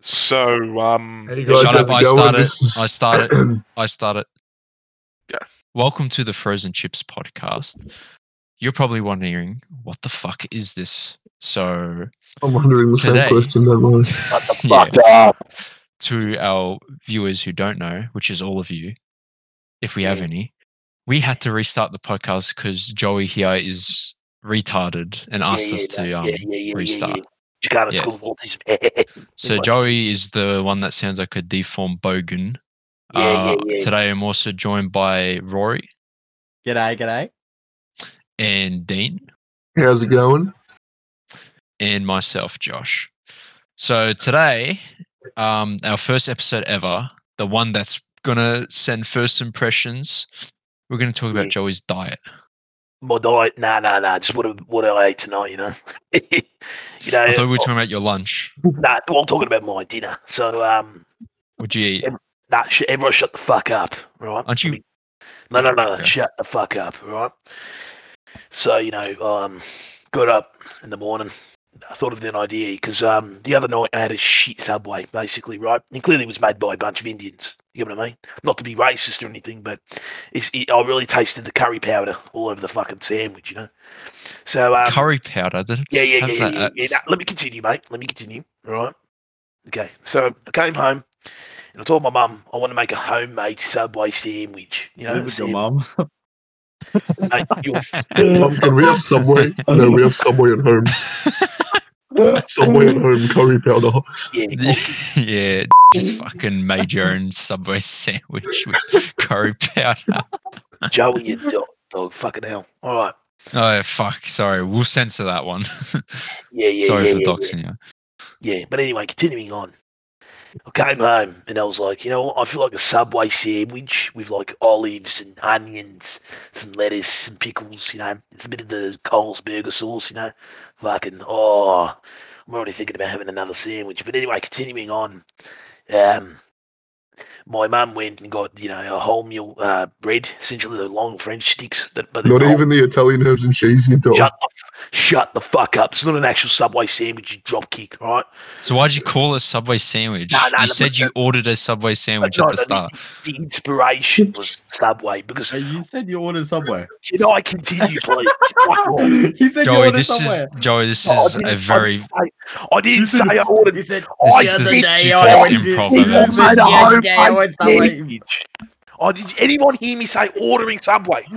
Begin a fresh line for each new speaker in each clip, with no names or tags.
So, um,
Hey guys,
Shut up!
how's
I
it going?
start it.
This is-
I start it. I start it.
Go.
Welcome to the Frozen Chips podcast. You're probably wondering what the fuck is this? So,
I'm wondering the same
Today.
question. Don't worry.
yeah,
Fuck up.
to our viewers who don't know, which is all of you, if we have
Mm.
any, we had to restart the podcast because Joey here is retarded and asked us to um, restart.
You got
Yeah.
school multis. yeah, yeah,
So
Like-
Joey is the one that sounds like a deformed bogan.
yeah,
Uh,
yeah.
Today I'm also joined by Rory
G'day, g'day.
and Dean
How's it going?
and myself, Josh. So today, um, our first episode ever, the one that's gonna send first impressions. We're gonna talk about
Yeah.
Joey's diet.
My diet, nah, nah, nah. Just what I, what I ate tonight, you know. you know,
I thought we were talking about your lunch.
nah. Well, I'm talking about my dinner. So, um,
Would you eat?
Yeah. nah, sh- everyone, shut the fuck up, right?
Aren't you?
No, no, no.
Yeah.
Shut the fuck up, right? So, you know, um, got up in the morning. I thought of an idea because um, the other night I had a shit subway, basically, right? And clearly it was made by a bunch of Indians. You know what I mean? Not to be racist or anything, but it's, it, I really tasted the curry powder all over the fucking sandwich, you know? So, um,
Curry powder. Did it
yeah, yeah,
have
yeah, yeah,
that
yeah, yeah.
at-
Nah, let me continue, mate. Let me continue. All right. Okay. So I came home and I told my mum I want to make a homemade Subway sandwich. You know,
Live with your
sandwich.
mum.
Mate, you're-
Pumpkin, Um, we have Subway. No, we have Subway at home. Subway at home, curry powder.
yeah,
yeah, just fucking made your own Subway sandwich with curry powder.
Joey and dog, dog. Fucking hell. All right.
Oh fuck! Sorry, we'll censor that one.
Yeah, yeah.
sorry
yeah,
for
yeah, yeah.
doxing you.
Yeah, but anyway, continuing on. I came home and I was like, you know what? I feel like a Subway sandwich with like olives and onions, some lettuce, some pickles, you know. It's a bit of the Coles burger sauce, you know. Fucking, oh, I'm already thinking about having another sandwich. But anyway, continuing on. Um, my mum went and got, you know, a wholemeal uh, bread, essentially the long French sticks. That, but they're
Not even the Italian herbs and cheese you got.
Oh. Shut the, f- shut the fuck up. It's not an actual Subway sandwich, you dropkick, all right?
So why'd you call a Subway sandwich?
No, no,
you
no,
said you ordered a Subway sandwich at
no,
the
no,
start.
the inspiration was Subway because
Hey, you said you ordered Subway.
should I continue, please? Fuck off.
you said you
Joey,
ordered
this
Subway.
is Joey. This
Oh, I
is
didn't-
a very this
I didn't
You
say
said
I
it's-
ordered.
You said
I
is
did
the
say
I
stupidest
ordered-
improv
you
I've ever
ordered
Yeah,
seen.
a
yeah, I
homemade
ordered Subway.
sandwich. Oh, did anyone hear me say ordering Subway?
you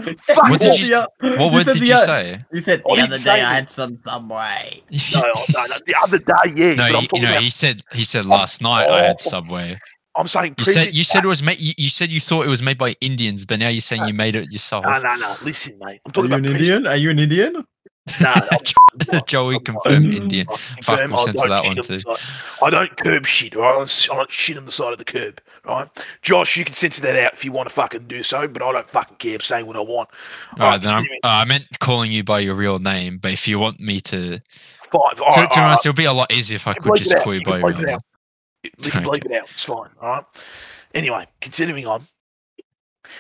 said
What did
the o-
What word
said
did
the
you
o-
say?
You said the
I didn't
other
say
day I
that.
had some Subway.
No, oh, no, no, the other day, yeah.
No,
but I'm
you,
talking
no.
about,
He said he said last night I had
Oh.
Subway.
I'm saying
You said
present
you said it was made. You, you said you thought it was made by Indians, but now you're saying you made it yourself.
No, no, no. Listen, mate. I'm
Are
talking
you an
about
Indian? Are you an Indian?
present- No,
Joey
I'm not.
confirmed
Mm.
Indian.
I
Fuck,
confirm
we'll
I
censor
don't
that
shit
one
on the
too.
side- I don't curb shit, right? I don't, I don't shit on the side of the curb, right? Josh, you can censor that out if you want to fucking do so, but I don't fucking care. I'm saying what I want.
All right, then I'm,
continuing.
uh, I meant calling you by your real name, but if you want me to,
Five.
to,
all
to
right,
be
all right,
honest, it'll be a lot easier if I
can
could
bleep it
just
out,
call you
you can
by your
bleep
real
it
name.
out. You can bleep it out. It's fine. All right. Anyway, continuing on.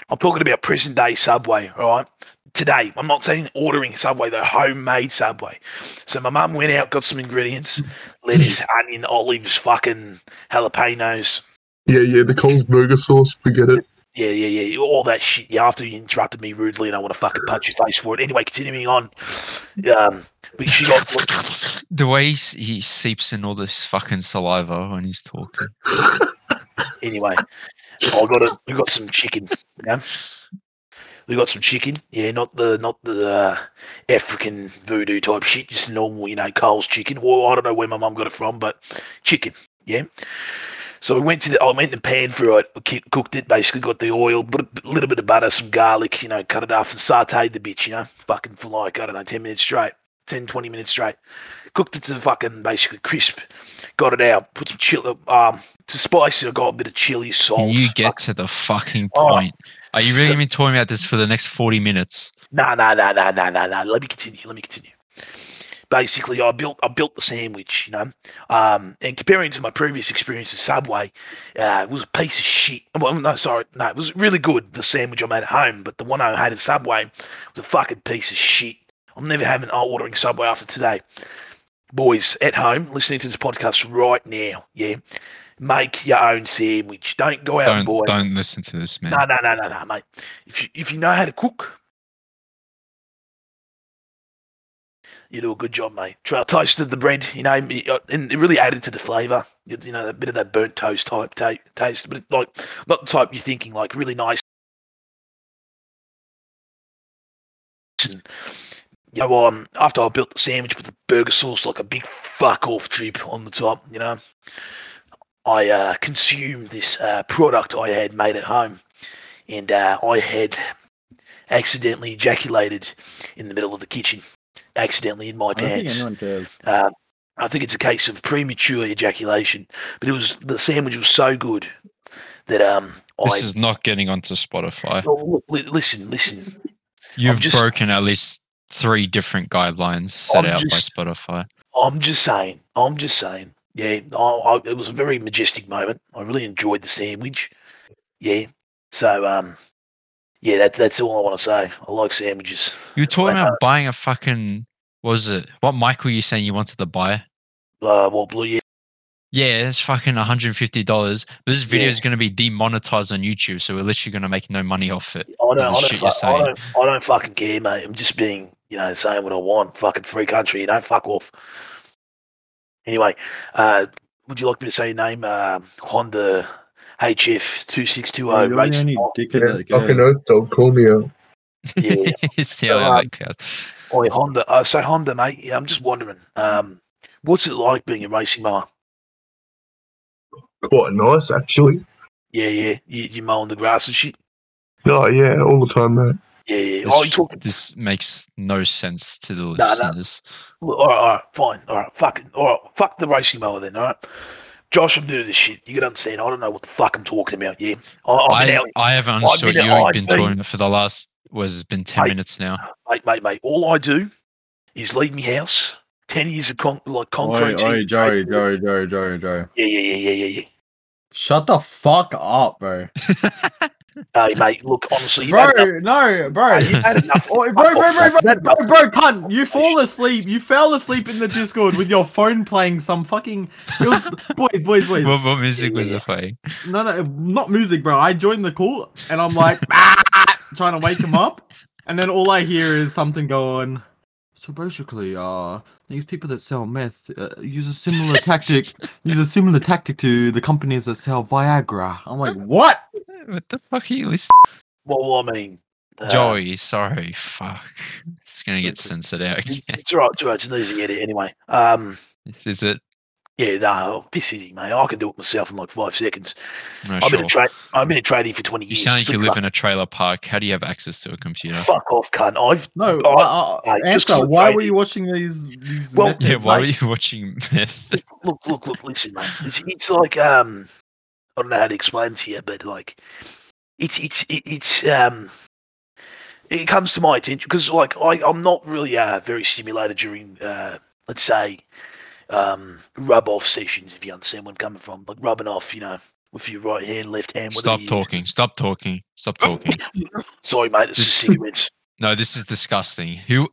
I'm talking about present day Subway. All right. Today, I'm not saying ordering Subway, though, homemade Subway. So my mum went out, got some ingredients, lettuce, onion, olives, fucking jalapenos.
Yeah, yeah, the Coles burger sauce. Forget it.
Yeah, yeah, yeah. All that shit. Yeah, after you interrupted me rudely, and I want to fucking punch your face for it. Anyway, continuing on. Um, but she got
The way he, s- he seeps in all this fucking saliva when he's talking.
anyway, I got a, we got some chicken. Yeah, we got some chicken. Yeah, not the not the uh, African voodoo type shit. Just normal, you know, Coles chicken. Well, I don't know where my mum got it from, but chicken. Yeah. So we went to the. I went to pan for it. ki- Cooked it. Basically, got the oil, but a little bit of butter, some garlic. You know, cut it up and sauteed the bitch. You know, fucking for like I don't know, ten minutes straight. 10, 20 minutes straight. Cooked it to fucking basically crisp. Got it out. Put some chill, um, to spice it. I got a bit of chili
Can
salt.
you get to the fucking
Oh,
point? Are you really
so-
going to be talking about this for the next 40 minutes?
No, no, no, no, no, no, no. Let me continue. Let me continue. Basically, I built I built the sandwich, you know, um, and comparing to my previous experience at Subway, uh, it was a piece of shit. Well, no, sorry, no, it was really good the sandwich I made at home, but the one I had at Subway was a fucking piece of shit. I'm never having I'm ordering Subway after today. boys at home listening to this podcast right now, yeah, make your own sandwich. Don't go out
Don't
and buy.
don't listen to this man.
No, no, no, no, no, mate. If you if you know how to cook, you do a good job, mate. Try toasted the bread, you know, uh, and it really added to the flavour. You you know, a bit of that burnt toast type ta- taste, but it, like not the type you're thinking, like really nice. And, you know, um, after I built the sandwich with the burger sauce, like a big fuck off drip on the top, you know. I uh, consumed this uh, product I had made at home, and uh, I had accidentally ejaculated in the middle of the kitchen, accidentally
Oh,
in my
I don't think
pants.
anyone cares.
Uh, I think it's a case of premature ejaculation, but it was the sandwich was so good that um I
This is not getting onto Spotify.
Oh, li- listen listen
You've
just-
broken at least three different guidelines set
I'm
out
just-
by Spotify.
I'm just saying. I'm just saying. Yeah, I, I, it was a very majestic moment. I really enjoyed the sandwich. Yeah. So, um, yeah, that, that's all I want to say. I like sandwiches.
You were talking
Like, uh,
about buying a fucking what was it? What mic were you saying you wanted to buy?
Uh, well, blue, yeah.
Yeah, it's fucking $150. This video
Yeah.
is going to be demonetized on YouTube, so we're literally going to make no money off it.
I don't,
This
I,
is
don't
shit
fu-
you're
I,
saying.
don't, I don't fucking care, mate. I'm just being, you know, saying what I want. Fucking free country. You know, fuck off. Anyway, uh, would you like me to say your name? Uh, Honda
Oh,
HF2620
you're
race.
the only
car.
dickhead that
Fucking
cares.
earth, don't call me out.
Yeah.
it's the
So,
only
um,
one that counts.
Oi, Honda. Uh, so Honda, mate. Yeah, I'm just wondering. Um, what's it like being a racing mower?
Quite nice, actually.
Yeah, yeah. You, you mowing the grass and shit.
No, yeah, all the time, mate.
Yeah, yeah.
This,
Oh, you talking?
this makes no sense to the
no.
listeners.
All right, all right, fine. All right, fuck it. All right, fuck the racing mower then. All right. Josh, I'm new to this shit. You can understand. I don't know what the fuck I'm talking about. Yeah, I, I've
I,
been
I haven't
I've
understood
been
you. You've
out,
been
I've been-
talking for the last, was been 10
Mate.
minutes now.
out, mate, mate, mate. All I do is leave me house. Ten years of con- like
Oi,
concrete.
oi,
team.
Joey, Joey, Joey, Joey, Joey.
Yeah, yeah, yeah, yeah, yeah,
Shut the fuck up, bro.
yeah. Hey, mate, look, honestly, you've
Bro,
had enough.
no, bro.
Hey, you've had enough.
Oi, Oh, bro, bro, bro, bro,
Fuck
bro,
off.
bro, pun. You fall asleep. You fell asleep in the Discord with your phone playing some fucking. It was- boys, boys, boys.
What, what music
Yeah,
was
yeah.
it playing?
No, no, not music, bro. I joined the call and I'm like, "Ah," trying to wake him up. And then all I hear is something going. So basically, uh, these people that sell meth uh, use a similar tactic. Use a similar tactic to the companies that sell Viagra. I'm like, what?
What the fuck are you listening
Well, I mean, uh,
Joey, sorry, fuck. It's gonna get censored out again.
It's all right, it's all right. It's an easy edit anyway. Um,
Is it?
yeah, no, piss easy, mate. I can do it myself in like five seconds.
No,
I've been
sure.
a tra- I've been a tradie for twenty
You
years.
sound like you
Flip
live
it
in a trailer park. How do you have access to a computer?
up. Fuck off, cunt. I've
No,
Oh,
I-
uh, uh,
I just
answer.
clicked
Why
right
were
in.
you watching these? these
Well-
meth
Yeah,
heads?
why
Like,
were you watching myth?
look, look, look. Listen, mate. It's, it's like um, I don't know how to explain to you, but like, it's it's it, it's um, it comes to my attention because like I I'm not really uh very stimulated during uh let's say um rub off sessions if you understand where I'm coming from like rubbing off you know with your right hand left hand whatever
Stop
you-
talking. Stop talking. Stop talking.
sorry mate it's
Just-
just cigarettes
No, this is disgusting. Who?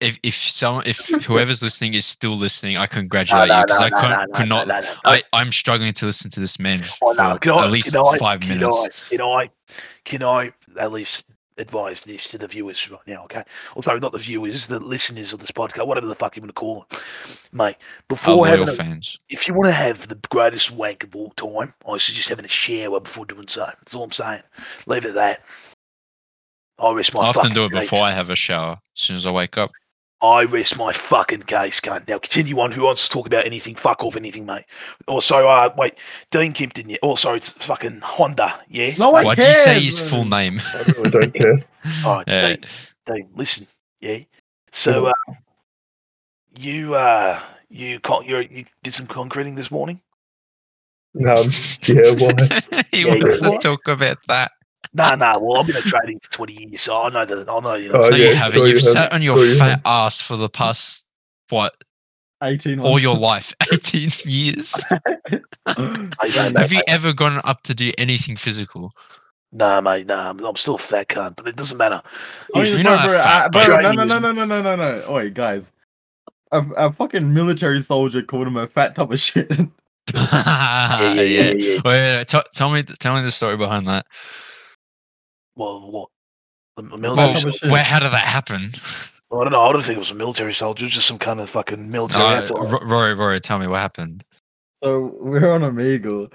If if someone if whoever's listening is still listening, I congratulate you because I couldn't, could not.
no, no, no.
I, I'm struggling to listen to this man for
Oh, no. Can I,
at least
can I,
five
can
minutes.
I, can I, can I at least advise this to the viewers right now? Okay. Or sorry, not the viewers, the listeners of this podcast, whatever the fuck you want to call it,
Our
mate. Before
loyal
having, a,
fans.
if you want to have the greatest wank of all time, I suggest having a shower before doing so. That's all I'm saying. Leave it at that. I rest my
I often
fucking
do it
case.
before I have a shower. As soon as I wake up.
I rest my fucking case, cunt. Now continue on. Who wants to talk about anything? Fuck off anything, mate. Also, uh, wait, Dean Kimpton. Yeah. Oh, sorry, it's fucking Honda. Yeah.
No one
Why would you say
cares,
his full
man.
name?
I really don't care.
All right,
Yeah.
Dean, Dean, listen, yeah. So uh, you uh you con- you you did some concreting this morning?
Um, yeah, why?
he
Yeah,
wants
yeah.
to talk about that.
Nah, nah. Well, I've been a trading for twenty years, so I know that. I know you know.
Oh,
no, you
yeah,
haven't.
sure you
You've sat
haven't.
on your
Sure you
fat ass for the past what
18
all
ones.
your life, eighteen years.
Hey, mate, mate,
Have you
mate.
ever gone up to do anything physical?
Nah, mate, nah. I'm, I'm still a fat cunt, but it doesn't matter.
Oh,
He's-
you're
yeah,
not
bro,
a
bro,
fat
uh, bro, no,
bastard.
no, no, no, no, no, no, no. Oi, guys.
a, a fucking military soldier called him a fat tub of shit.
uh, yeah,
yeah, yeah.
Wait, wait, wait, tell- tell me, tell me the story behind that.
Well, what? A a
Well,
military
Fat tub
soldier?
of shit.
Where? How did that happen?
I don't know. I don't think it was a military soldier. It was just some kind of fucking military.
Uh,
outlaw.
R- Rory, Rory, tell me what happened.
So we're on Omegle.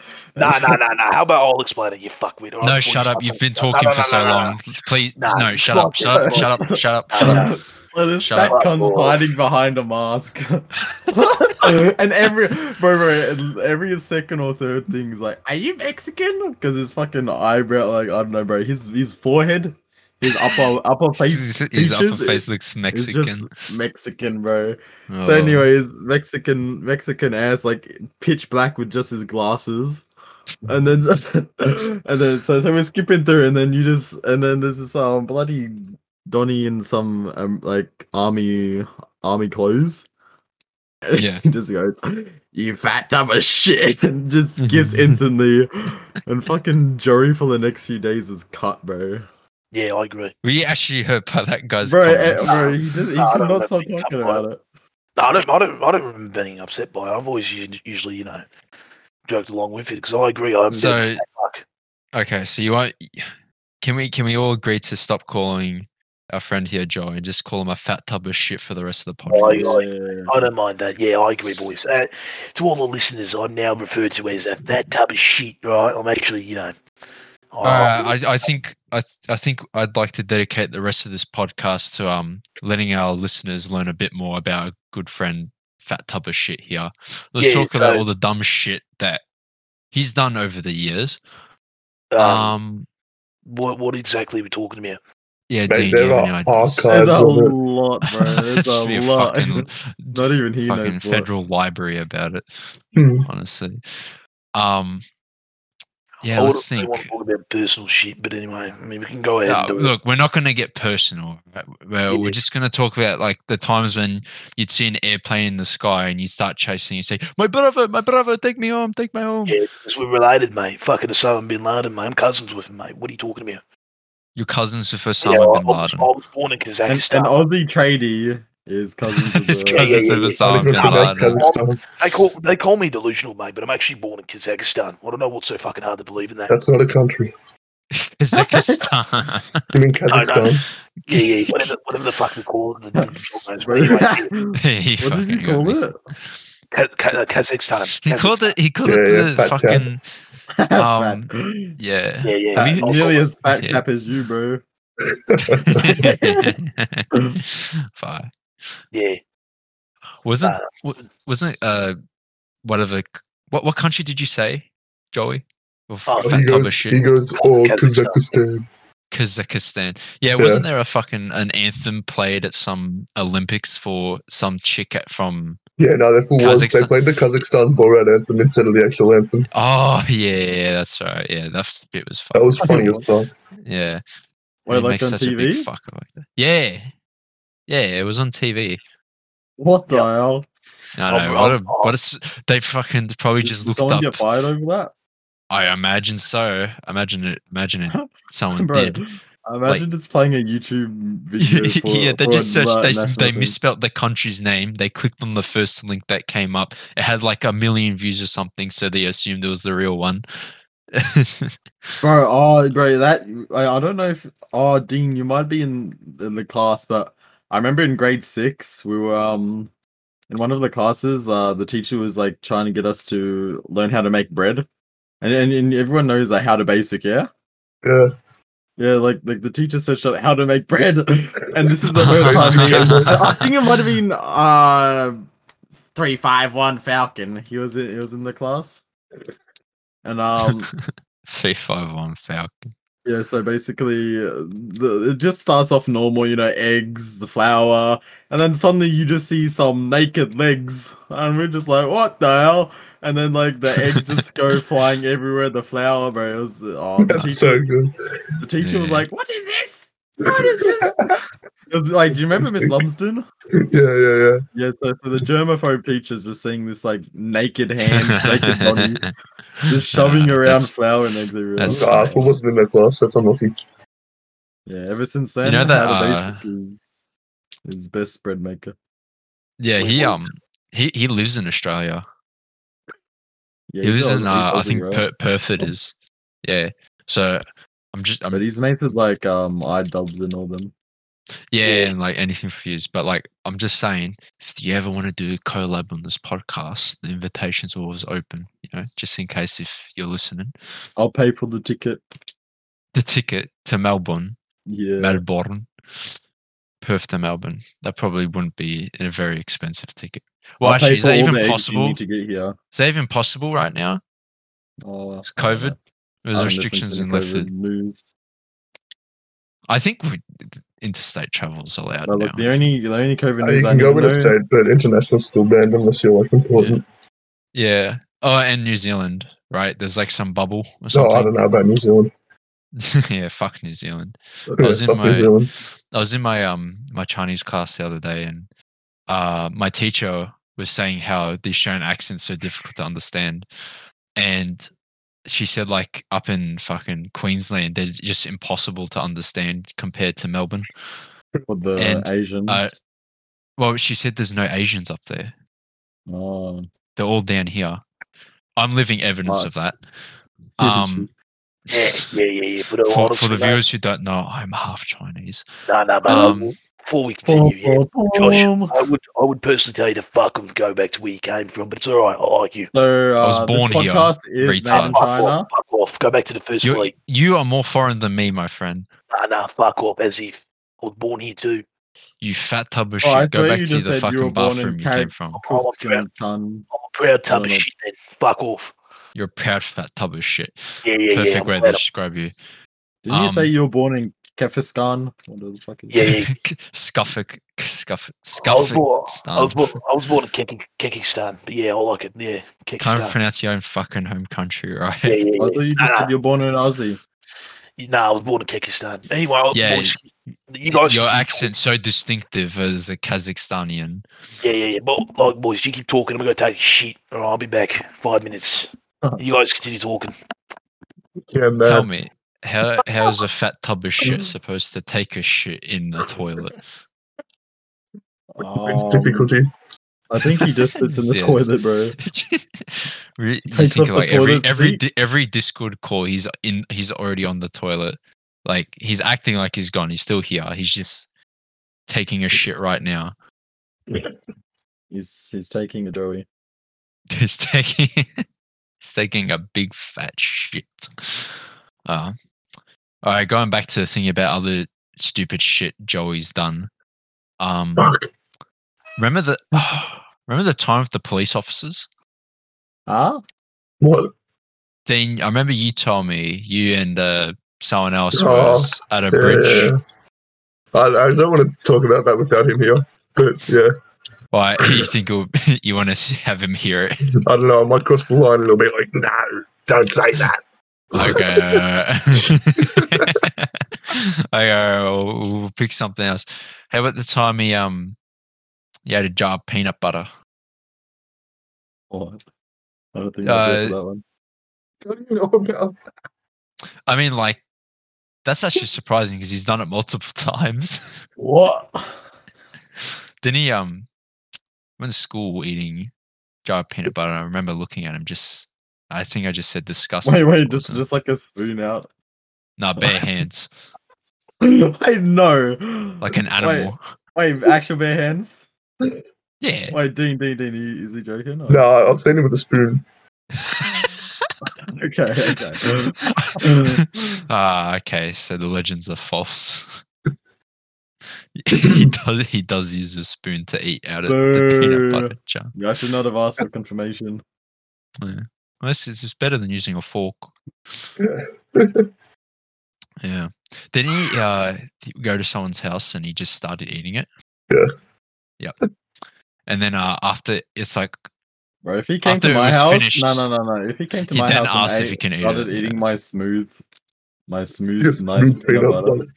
Nah, nah, nah, nah. How about I'll explain it, you fuckwit? All right,
No,
before
shut
you
up.
start
You've been
talking-
talking
No, no,
for
no,
so
no, no, no.
long. Please,
Nah,
no, shut up, shut up, shut up, shut up, shut
Nah,
up.
nah.
So this
Shut
fat
up.
cunt's hiding behind a mask. and every bro, bro, every second or third thing is like, "Are you Mexican?" Because his fucking eyebrow, like I don't know, bro. His his forehead, his upper upper face,
His, his upper
features
face
is-
looks
is
Mexican.
just Mexican, bro.
Oh.
So, anyways, Mexican Mexican ass like pitch black with just his glasses, and then and then so so we're skipping through, and then you just and then there's this um bloody Donny in some um, like army army clothes. And
Yeah.
he just goes, "You fat dumb of shit," and just skips instantly. and fucking Joey for the next few days was cut, bro.
Yeah, I agree.
we actually heard about that guy's
Bro, eh,
comments.
bro, he, did, he
Nah, I don't
cannot
know
stop
if he cut
talking
one.
about it.
No, I don't, I don't, I don't remember being upset by it. I've always u- usually, you know, joked along with it because I agree. I'm
So-
dead fuck.
Okay, so you want? Can we can we all agree to stop calling our friend here Joe and just call him a fat tub of shit for the rest of the
Oh,
podcast?
yeah. I don't mind that. Yeah, I agree, boys. Uh, to all the listeners, I'm now referred to as that, that tub of shit, right? I'm actually, you know, I-
Uh, I, I think I, th- I think I'd like to dedicate the rest of this podcast to um letting our listeners learn a bit more about our good friend Fat Tub of Shit here. Let's
Yeah,
talk about
so-
all the dumb shit that he's done over the years.
um,
Um,
what, what exactly are we talking about?
yeah,
Mate,
Dean, you
there
have
are
any ideas?
archives.
There's a
Size of it.
lot, bro. There's
Should be
a
a
lot.
fucking,
Not even he
fucking
knows what.
federal library about it.
Hmm.
Honestly, um, yeah,
I wouldn't
let's
really
think.
want to talk about personal shit, but anyway, I mean, we can go ahead
No,
and do it.
look, we're not going to get personal. right? We're,
Yeah.
we're just going to talk about like the times when you'd see an airplane in the sky and you start chasing. You say, "My brother, my brother, take me home, take me home."
Yeah, because we're related, mate. Fucking Osama bin Laden, mate. I'm cousins with him, mate. What are you talking about?
Your cousins with Osama
yeah, I-
bin
I, was, I
Laden.
was born in
And,
Kazakhstan.
and Aussie tradie is cousins with
His
the.
Yeah, yeah,
cousins
yeah,
with
I
yeah.
Osama
don't
bin
even know that
Laden.
kind of stuff.
They call they call me delusional, mate, but I'm actually born in Kazakhstan. I don't know what's so fucking hard to believe in that.
That's not a country.
Kazakhstan.
You mean Kazakhstan?
yeah, yeah, whatever, whatever the fuck they call it. The, the short nose,
Bro,
but anyway, yeah,
what
he
did
fucking
you
got
call
me.
it?
Ka- Ka- uh, Kazakhstan.
He called
Kazakhstan.
it. He called
Yeah,
it
yeah,
the
fat cat.
fucking Um,
Fat.
yeah.
Yeah, yeah.
Have
Fat-
you-
I'll-
Nearly as fat
Yeah.
cap as you, bro.
Fuck.
yeah.
Wasn't
Nah.
wa- wasn't uh whatever c- what what country did you say, Joey? Or f-
Oh,
Oh,
fat
he
tub
goes, he
of shit.
goes, oh,
Kazakhstan.
Kazakhstan.
Kazakhstan. Yeah,
Yeah.
wasn't there a fucking an anthem played at some Olympics for some chick at, from?
Yeah, no, that was. They
Kazakhstan.
played the Kazakhstan Borat anthem instead of the actual anthem.
Oh yeah, yeah, that's right. Yeah, that f- bit was
That
fucking.
was funny as well.
yeah.
Wait,
He
like
makes
on
such a big
TV?
fucker like that. Yeah, yeah, it was on TV.
What the hell?
No,
Oh,
no, what a,
oh, oh.
what a s they fucking probably
Did-
just
did
looked
someone
up.
get fired over that?
I imagine so. Imagine it. Imagine it. Someone
Bro,
did.
I imagine just playing a YouTube video. For,
yeah, they
for
just
a
searched. They, s-
national
they
thing.
misspelt the country's name. They clicked on the first link that came up. It had like a million views or something, so they assumed it was the real one.
Bro, oh, bro, that I, I don't know if oh, Dean, you might be in, in the class, but I remember in grade six we were um in one of the classes. Uh, the teacher was like trying to get us to learn how to make bread, and and, and everyone knows like how to basic, yeah,
Yeah.
yeah. Like like the teacher searched up how to make bread, and this is the first time. me- I, I think it might have been uh three five one Falcon. He was in, he was in the class, and um.
Three five one Falcon.
Yeah, so basically, uh, the, it just starts off normal, you know, eggs, the flour, and then suddenly you just see some naked legs, and we're just like, what the hell? And then, like, the eggs just go flying everywhere, the flour, bro. It was, oh, the teacher,
That's so good.
the teacher was
Yeah.
like, what is this? What is this? It was like, do you remember Miss Lumsden?
Yeah, yeah, yeah.
Yeah, so, so the germaphobe teacher's just seeing this, like, naked hands, naked body, just shoving
Uh,
around
that's-
flour and eggs everywhere.
that's
No, I
fine.
wasn't in that class. That's unlucky.
Yeah, ever since
You
then,
know that,
How to
uh,
Basic is his best bread maker.
Yeah, he um he, he lives in Australia. he lives in uh, I think per- Perth it is. Yeah. So I'm just I'm
but he's mates with like um iDubbbz and all them.
yeah,
Yeah.
and like anything for views. But like I'm just saying, if you ever want to do a collab on this podcast, the invitation's always open, you know, just in case if you're listening.
I'll pay for the ticket.
The ticket to Melbourne,
Yeah.
Melbourne. Perth to Melbourne. That probably wouldn't be a very expensive ticket. Well,
I'll pay
actually, is
for
that
all
even
the eggs you
possible?
need to get here.
Is that even possible right now?
Oh,
It's
I don't
COVID.
know.
There's
I haven't listened to
restrictions
the
and lifted.
COVID News.
I think we, interstate travel is allowed
But
now.
look, the only the only COVID
Uh, you
news I
can go
never
in a
know.
state, but international's still banned unless you're like important.
yeah. Oh, and New Zealand, right? There's like some bubble
Oh,
or
No,
something.
I don't know about New Zealand.
yeah, fuck New Zealand. I
Anyway,
was in
fuck New
my-
Zealand.
I was in my um my Chinese class the other day, and uh my teacher was saying how the Sichuan accent's so difficult to understand, and she said like up in fucking Queensland, they're just impossible to understand compared to Melbourne.
For the
And,
Asians.
uh, Well, she said there's no Asians up there.
oh,
They're all down here. I'm living evidence
Right.
of that.
Yeah,
Um,
Yeah, yeah, yeah, yeah. But uh, a lot
for,
of
for the
stuff-
viewers who don't know, I'm half Chinese.
No, no, but
Um,
before we continue, yeah, Josh, I would, I would personally tell you to fuck 'em, go back to where you came from, but it's all right. I like you.
so uh,
was born
this
here,
podcast is made in
retard.
Fuck
China.
off, fuck off. Go back to the first
You
fleet.
you are more foreign than me, my friend.
Nah, nah, fuck off. As if I was born here too.
You fat tub of
Oh,
shit.
I
Go
thought
back
you
to
just
the
said you were
fucking
born in
bathroom you
Carrick-
came from.
Christian Chan.
I'm a proud tub
No,
of
no.
shit. Then fuck off.
You're a proud fat tub of shit.
Yeah, yeah, yeah,
Perfect
I'm
way to
proud of-
describe you.
Didn't you say
Um,
you were born in Kefiskan? Whatever the fuck it is.
Yeah, yeah.
Scuffic, scuffic,
I was born.
scuffic.
I was born.
Stan.
I was born in Kiki- Kikistan, but yeah, I like it. Yeah,
Can't
Kikistan.
pronounce your own fucking home country, right?
Yeah, yeah,
I thought you
yeah.
just
Nah,
said you're born in Aussie.
nah, nah, I was born in Kikistan. Anyway, I was
Yeah,
born in- you guys,
your accent's so distinctive as a Kazakhstanian.
Yeah, yeah, yeah. But like, boys, you keep talking. I'm gonna go take a shit. All right, I'll be back. Five minutes. You guys continue talking.
Yeah,
Tell
man.
me, how how is a fat tub of shit supposed to take a shit in the toilet?
It's
Um,
difficulty.
I think he just sits in the
Yes.
toilet, bro.
Re- you
Takes
think
up
like
the
every
toilet
every
seat.
di- every Discord call, he's in, he's already on the toilet. Like he's acting like he's gone. He's still here. He's just taking a shit right now.
He's he's taking a Joey.
He's taking he's taking a big fat shit. Uh, all right, going back to the thing about other stupid shit Joey's done. Um,
Fuck.
remember the remember the time of the police officers?
Huh?
What?
Dean, I remember you told me you and uh, someone else
Oh,
was at a bridge.
Yeah. I, I don't want to talk about that without him here. But yeah,
Why you think it'll- you want to have him hear it?
I don't know. I might cross the line a little bit. Like, no, don't say that.
Okay. alright. okay, alright, we'll, we'll pick something else. How about the time he um he had a jar of peanut butter?
What? Oh, I don't think I'll
Uh,
go for that one.
What do you know about?
I mean, like that's actually surprising because he's done it multiple times.
What?
Didn't he um when school eating jar of peanut butter? I remember looking at him just. I think I just said disgusting.
Wait, wait,
towards
just
him.
just like a spoon out.
no bare hands
I know.
like an animal.
Wait, wait actual bare hands?
Yeah.
Wait, Dean, Dean, Dean, he- is he joking? or-
No, I've seen him with a spoon.
Okay, okay.
ah, okay. So the legends are false. he does. He does use a spoon to eat out of the peanut butter jar.
I should not have asked for confirmation.
Unless it's, it's better than using a fork. Yeah. Then he uh, th- go to someone's house and he just started eating it.
Yeah.
Yep. And then uh, after it's like
Bro, if he came
After it
to my
was
house,
finished,
no, no, no, no. If he came to
he
my
then
house
asked
and
if
ate-
he can eat
started
it,
eating
yeah.
my smooth, my smooth,
Yes,
nice
smooth
peanut,
peanut
butter,
butter.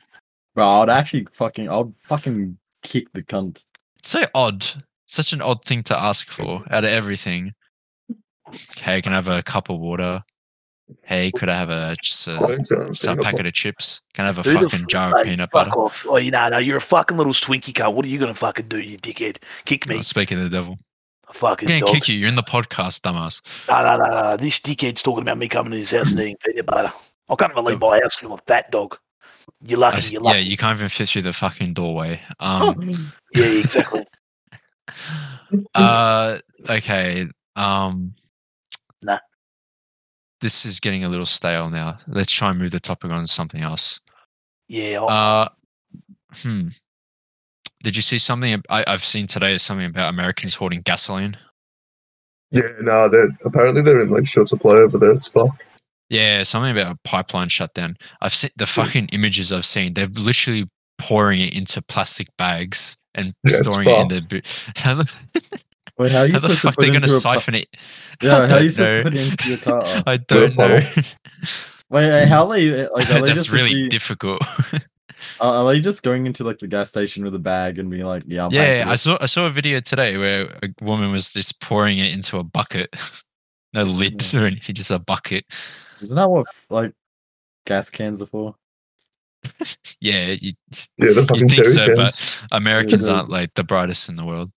bro, I'd actually fucking, I'd fucking kick the cunt.
it's so odd. Such an odd thing to ask for out of everything. Okay, can I have a cup of water? Hey, could I have a just
I
a,
think, uh,
just a
peanut
packet of chips? Can I have a
Dude,
fucking jar of
Like,
peanut butter?
fuck off. Oh, you know, no, you're a fucking little swinky car. What are you gonna fucking do, you dickhead? Kick
I'm
me,
not speaking to Oh, the devil.
fucking
I'm gonna
dog.
kick you. You're in the podcast, dumbass.
No, no, no, no. This dickhead's talking about me coming to his house and eating peanut butter. I can't even leave my house because I'm a fat dog. You're
I
lucky.
s-
You're
yeah,
lucky.
you can't even fit through the fucking doorway. Um,
Yeah, exactly. Oh,
uh, okay. Um,
Nah.
This is getting a little stale now. Let's try and move the topic on to something else.
Yeah. oh, I-
Uh, hmm. Did you see something? ab- I, I've seen today is something about Americans hoarding gasoline.
Yeah, no, they're apparently they're in like short supply over there. It's fucked.
Yeah, something about a pipeline shutdown. I've seen the fucking images I've seen. They're literally pouring it into plastic bags and
Yeah, it's
storing it in their boot. How the,
Wait, how are you
how the
supposed
fuck
to put
they're
into
gonna
a pla-
siphon it? I
Yeah, how are you
don't
supposed to
know.
put it into your car?
I don't know.
bottle.
Wait, wait, how are they like? Are they
That's
just
really
literally-
difficult.
are, are they just going into like the gas station with a bag and being like, "Yeah, I'm paying
yeah,
for
I
this.
saw I saw a video today where a woman was just pouring it into a bucket. No lid
Mm.
or anything, just a bucket.
Isn't that what like gas cans are for?
Yeah, you,
Yeah, they're
you
fucking
think
cherry
so,
cans.
but Americans
Yeah.
aren't like the brightest in the world.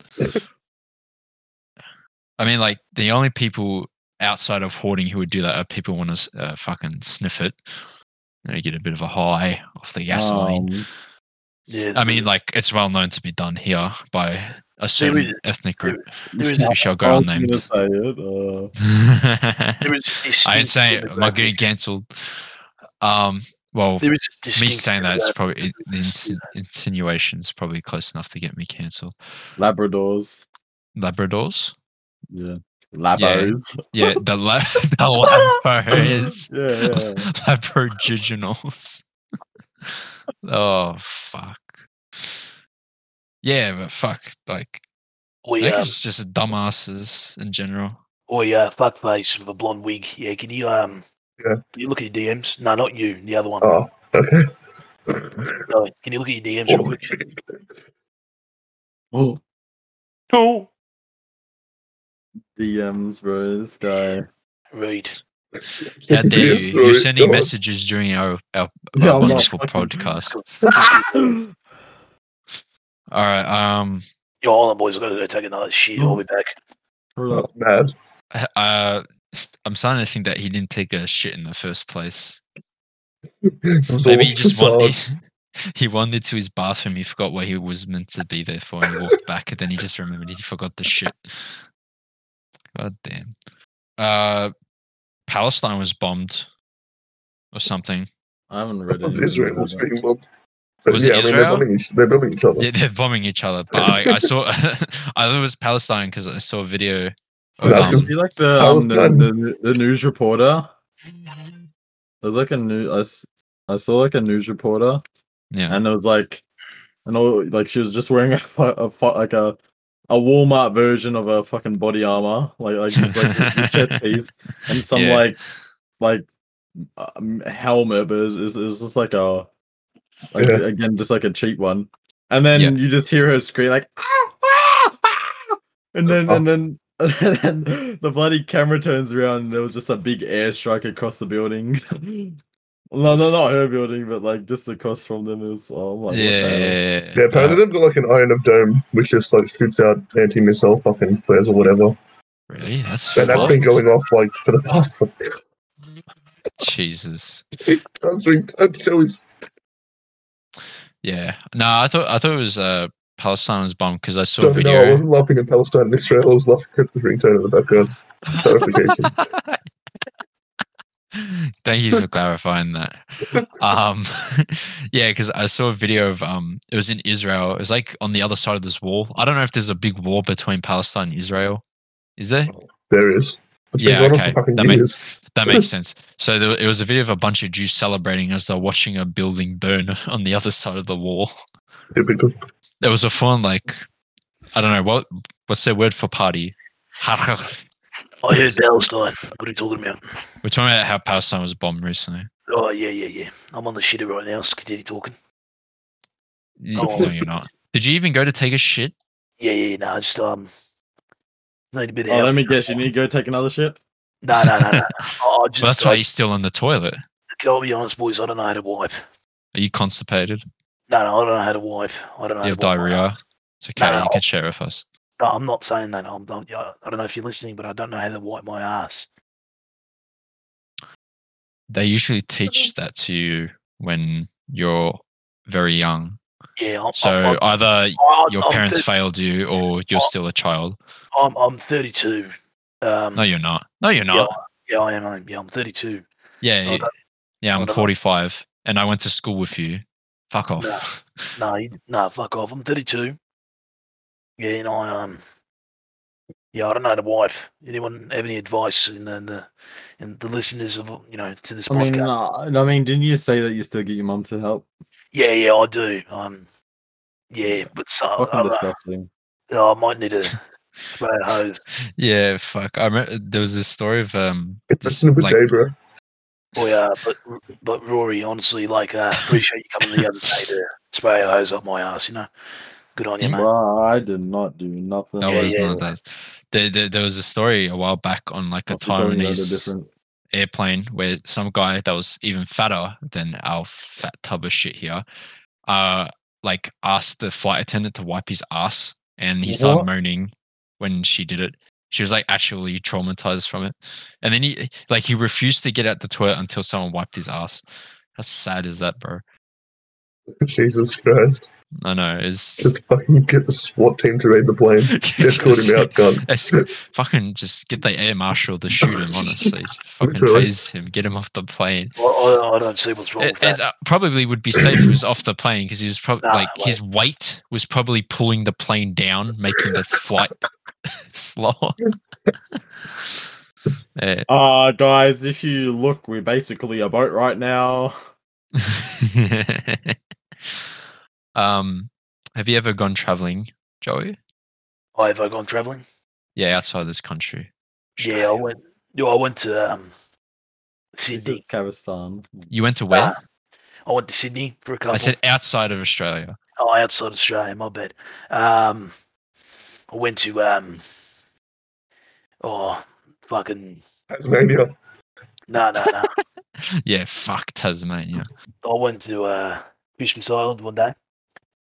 I mean, like the only people outside of hoarding who would do that are people want to uh, fucking sniff it. You know, get a bit of a high off the gasoline.
Um,
yeah,
Oh,
I mean, like it's well known to be done here by a certain
is-
ethnic
there-
group.
there is,
We shall go
I was gonna
unnamed.
say it, uh,
there is a
I
distinct
ain't saying am I
demographic-
getting cancelled? Um, well,
There is a
me
distinct
saying that is
demographic
probably
that
it- the
does
insin-
that.
insinuation is probably close enough to get me cancelled.
Labradors.
Labradors,
Yeah. Labos.
yeah, the la- the Labradors,
Yeah. yeah, yeah.
Labradigitals. oh fuck. Yeah, but fuck, like
We
I think
um,
it's just dumbasses in general.
we uh, fuckface with a blonde wig. Yeah, can you um?
Yeah.
Can you look at your DMs? No, not you. The other one.
Oh, okay.
No, can you look at your DMs real quick?
Oh,
No.
DMs, bro. This guy.
Read.
How dare you?
Sorry,
You're sending
go on.
messages during our our,
Yeah,
our
I'm not
wonderful
fucking-
podcast. All right. Um.
Yo, all the boys are gonna go take another shit. I'll be back.
Bro,
Oh, mad.
h- Uh. I'm starting to think that he didn't take a shit in the first place.
It was
Maybe
all
he just
facade.
wanted. He wandered to his bathroom. He forgot what he was meant to be there for, and he walked back. And then he just remembered he forgot the shit. God damn. Uh, Palestine was bombed, or something.
I haven't
Of
read anything
Israel
about that.
speaking mob. But
Was it
yeah, I mean, they're
Israel?
bombing, each, they're bombing each other.
Yeah, they're bombing each other. But I, I saw. I thought it was Palestine because I saw a video.
No,
Of,
Like,
Um,
is he like the,
I was
um, the,
done.
the the news reporter? There's like a new I, s- I saw like a news reporter,
yeah.
and it was like, and all like she was just wearing a, fu- a fu- like a a Walmart version of a fucking body armor, like like just like a chest piece and some
Yeah.
like like um, helmet, but it was, it was- it was just like a like
Yeah.
again just like a cheap one. And then
Yeah.
you just hear her scream like, "Ah, ah, ah!" and then and then. And then the bloody camera turns around and there was just a big airstrike across the building. no, no, not her building, but like just across from them. It was, oh, I'm like, what the
yeah,
hell?
yeah, Uh,
Yeah, apparently they've got like an Iron of Dome, which just like shoots out anti-missile fucking flares or whatever.
really? That's
And that's
fucked.
been going off like for the past
Jesus.
answering shows.
Yeah. No, I thought I thought it was uh Palestine was bombed because I saw
So
a
no, I
video.
wasn't laughing at Palestine and Israel. I was laughing at the ringtone in the background. Clarification.
Thank you for clarifying that. Um, yeah, because I saw a video of um, it was in Israel. It was like on the other side of this wall. I don't know if there's a big wall between Palestine and Israel. Is there?
There is. It's been
yeah,
going on
okay.
for fucking
That, make,
years.
that makes sense. So there, it was a video of a bunch of Jews celebrating as they're watching a building burn on the other side of the wall.
Typical.
There was a fun like, I don't know what what's their word for party. We're
I heard Palestine. What are you talking about?
talking about how Palestine was bombed recently.
Oh yeah, yeah, yeah. I'm on the shitter right now. So continue talking.
Y-
Oh.
No, you're not. Did you even go to take a shit?
Yeah, yeah, yeah. No, I just um, need a bit of
Oh,
help.
let me guess. You need to go take another shit.
No, no, no, no. I just,
Well, that's
I,
why you're still in the toilet.
I'll be honest, boys. I don't know how to wipe.
Are you constipated?
No, no, I don't know how to wipe. I don't know.
Do you have
how to wipe.
diarrhea? It's okay.
No.
You can share with us.
No, I'm not saying that. I'm, I'm, I i do not know if you're listening, but I don't know how to wipe my ass.
They usually teach that to you when you're very young.
Yeah. I'm,
So
I'm,
either
I'm, Oh.
your
I'm
parents
thir-
failed you or you're
I-
still a child.
I'm, I'm 32. Um,
No, you're not. No, you're not.
Yeah, I am. I'm, yeah, I'm 32.
Yeah,
I
yeah,
don't-
yeah, I'm
don't know.
45 and I went to school with you. Fuck off.
No, you, no, fuck off. I'm 32. Yeah, and I um, yeah, I don't know how to wipe. Anyone have any advice in the, in the in the listeners of you know to this
I mean,
podcast?
uh, I mean, didn't you say that you still get your mum to help?
Yeah, yeah, I do. Um, yeah, but so I,
Fucking
don't know.
disgusting.
Yeah, I might need a spray hose.
yeah, fuck. I remember there was this story of um this,
It's a bit
like,
day, bro.
Oh yeah, but but Rory, honestly, like, uh, appreciate you coming the other day to spray a hose up my ass. You know, good on you, mate.
Bro, I did not do nothing.
that
Yeah,
was
yeah,
not that. There, there, there was a story a while back on like a
Lots of going around the
Taiwanese
different-
airplane where some guy that was even fatter than our fat tub of shit here, uh, like asked the flight attendant to wipe his ass, and he started
What?
moaning when she did it. She was like actually traumatized from it, and then he like he refused to get out the toilet until someone wiped his ass. How sad is that, bro?
Jesus Christ.
I know it's
Just fucking get the SWAT team to raid the plane. Escort him out, gun.
It's fucking just get the air marshal to shoot him. Honestly, fucking
Literally.
tase him, get him off the plane.
I, I, I don't see what's wrong
It,
with
it's,
that.
uh, probably would be safe if he was off the plane because he was probably
Nah,
like his weight was probably pulling the plane down, making the flight slower. Yeah.
Uh guys, if you look, we're basically a boat right now.
um, have you ever gone traveling, Joey?
Oh, have I gone travelling?
Yeah, outside this country.
Yeah, I went. Yeah, I went to um,
This is
Sydney.
Kazakhstan.
You went to where?
Nah, I went to Sydney for a couple.
I said outside of Australia.
oh, outside Australia. My bad. Um, I went to um, oh, fucking
Tasmania.
no, no, no.
Yeah, fuck Tasmania.
I went to uh, Christmas Island one day.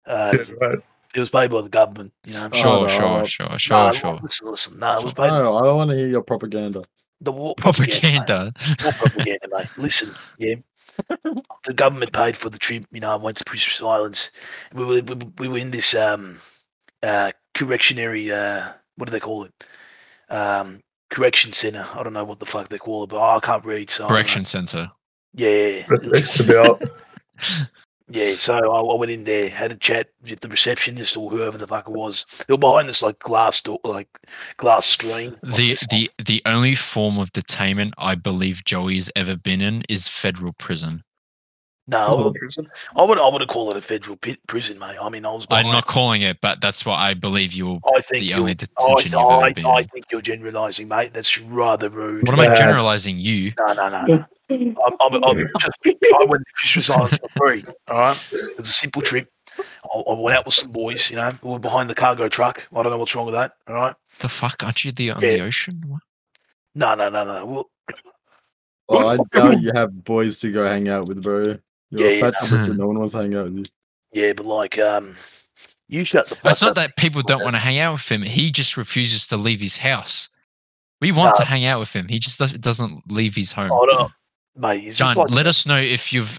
Uh,
Yeah, right.
it was paid by the government, you know.
Oh,
Sure,
no.
uh,
sure, sure,
Nah,
sure, sure. Uh,
Listen, listen. No, it was paid.
No, I don't want to hear your propaganda.
The war mate.
Propaganda.
War propaganda, mate. Listen, yeah. the government paid for the trip. You know, I went to Christmas Islands. We were we, we were in this um uh correctionary uh what do they call it um correction center. I don't know what the fuck they call it, but I can't read. So I don't know.
Correction center.
Yeah, yeah, yeah.
That's about.
Yeah, so I, I went in there, had a chat with the receptionist or whoever the fuck it was. They were behind this like glass door, like glass screen. on
The
this-
the the only form of detainment I believe Joey's ever been in is federal prison.
no, I would I would call it a federal pi- prison, mate. I mean, I was.
I'm
behind-
not calling it, but that's what I believe you're.
I think
the
you're.
only
I,
detention you've ever
I,
been
I
in.
think you're generalising, mate. That's rather rude.
What am I
Yeah.
generalizing you?
No, no, no. no. I'm, I'm, I'm just, I went to Christmas Island for free. All right, it was a simple trip. I, I went out with some boys. You know, we were behind the cargo truck. I don't know what's wrong with that. All right.
The fuck? Aren't you the on the
Yeah.
ocean? What?
No, no, no, no. Well,
Well, I doubt you have boys to go hang out with, bro. You're
Yeah, yeah.
a fat bitch and no one wants to hang out with you.
Yeah, but like, um, you shut the fuck
It's not
up.
that people don't want to hang out with him. He just refuses to leave his house. We want to hang out with him. He just does- doesn't leave his home.
Hold up, mate. It's
John,
just like,
let us know if you've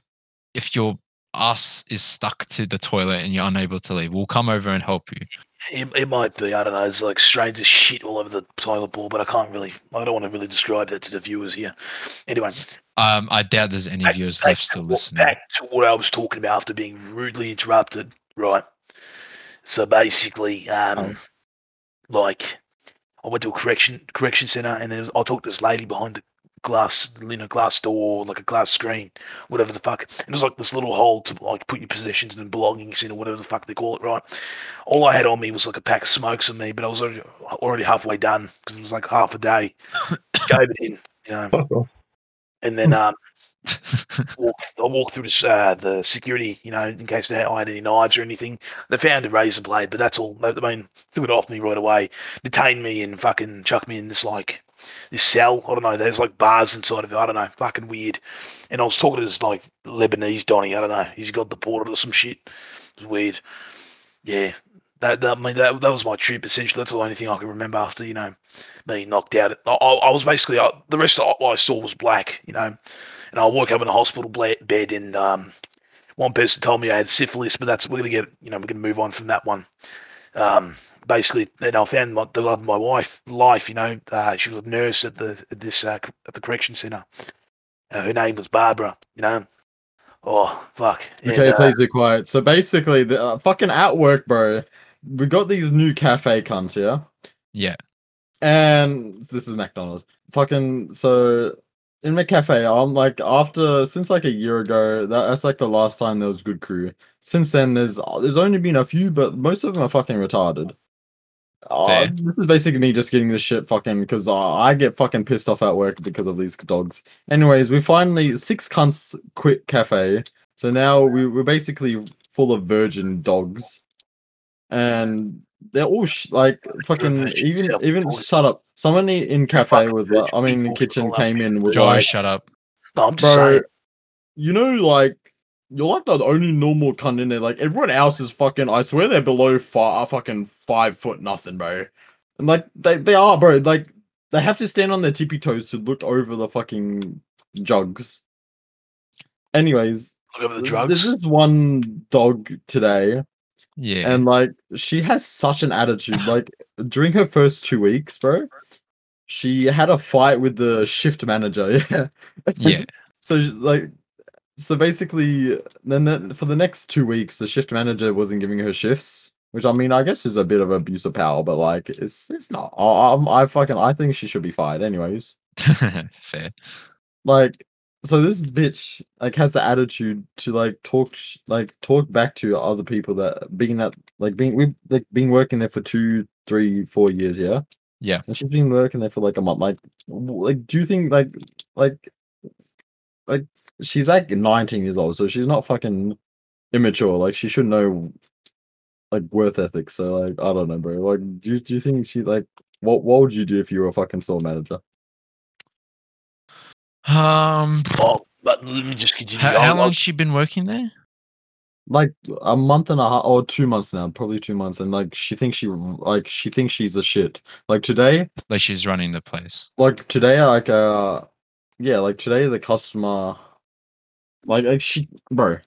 if your ass is stuck to the toilet and you're unable to leave. We'll come over and help you.
it, it might be. I don't know. It's like strange as shit all over the toilet bowl, but I can't really. I don't want to really describe that to the viewers here. Anyway,
Um, I doubt there's any
Back-
viewers
back
left
to,
still
what,
listening.
back to what I was talking about after being rudely interrupted. Right. So basically, um, like, I went to a correction correction center, and then I talked to this lady behind the glass, you know, glass door, like a glass screen, whatever the fuck. And it was like this little hole to like put your possessions and belongings in, or whatever the fuck they call it, right? All I had on me was like a pack of smokes on me, but I was already, already halfway done because it was like half a day. Gave it in, you know,
Fuck off.
and then um. walk, I walked through this, uh, the security, you know, in case they had- I had any knives or anything. They found a razor blade, but that's all. I mean, threw it off me right away, detained me, and fucking chucked me in this like this cell. I don't know. There's like bars inside of it. I don't know. Fucking weird. And I was talking to this like Lebanese Donny. I don't know. He's got deported or some shit. It's weird. Yeah. That, that, I mean, that, that was my trip essentially. That's the only thing I can remember after you know being knocked out. I, I, I was basically I, the rest of what I saw was black, you know. And I woke up in a hospital bla- bed, and um, one person told me I had syphilis, but that's we're gonna get you know we're gonna move on from that one. Um, basically, then I found my, the love of my wife, life. You know, uh, she was a nurse at the at this uh, c- at the correction center. Uh, her name was Barbara. You know. Oh fuck. And,
Okay,
uh,
please be quiet. So basically, the uh, fucking at work, bro. We got these new cafe cunts, yeah.
Yeah.
And this is McDonald's. Fucking so in my cafe, I'm like after since like a year ago. That, that's like the last time there was good crew. Since then, there's there's only been a few, but most of them are fucking retarded. Uh,
Fair.
this is basically me just getting this shit fucking because I get fucking pissed off at work because of these dogs. Anyways, we finally six cunts quit cafe. So now we, we're basically full of virgin dogs, and they're all sh- like fucking
virgin
even
self
even
employed.
shut up. Someone i- in cafe
fucking
was like, I
virgin
mean,
people,
kitchen
all that
came in was
Joey,
like,
shut up.
no, I'm just
bro,
saying.
you know, like you're like the only normal cunt in there. Like everyone else is fucking. I swear they're below five, fucking five foot nothing, bro. And like they they are, bro. Like they have to stand on their tippy toes to look over the fucking jugs. Anyways,
Look over the
th-
drugs.
There's this one dog today,
Yeah.
and like she has such an attitude. Like during her first two weeks, bro, she had a fight with the shift manager. Yeah.
yeah.
So like, so basically, then the, for the next two weeks, the shift manager wasn't giving her shifts. Which I mean, I guess is a bit of abuse of power, but like, it's it's not. I, I'm- I fucking I think she should be fired, anyways
Fair.
like so this bitch like has the attitude to like talk sh- like talk back to other people that being that like being we've like been working there for two three four years yeah
Yeah.
and she's been working there for like a month like w- like do you think like like like she's like 19 years old so she's not fucking immature like she should know like worth ethics so like i don't know bro like do, do you think she like what what would you do if you were a fucking store manager
Um.
Oh, but let me just continue.
How,
I-
how
I-
long's she been working there?
like a month and a half or two months now, probably two months, and like she thinks she like she thinks she's a shit. Like today,
Like she's running the place.
like today, like uh, yeah, like today the customer, like like she bro,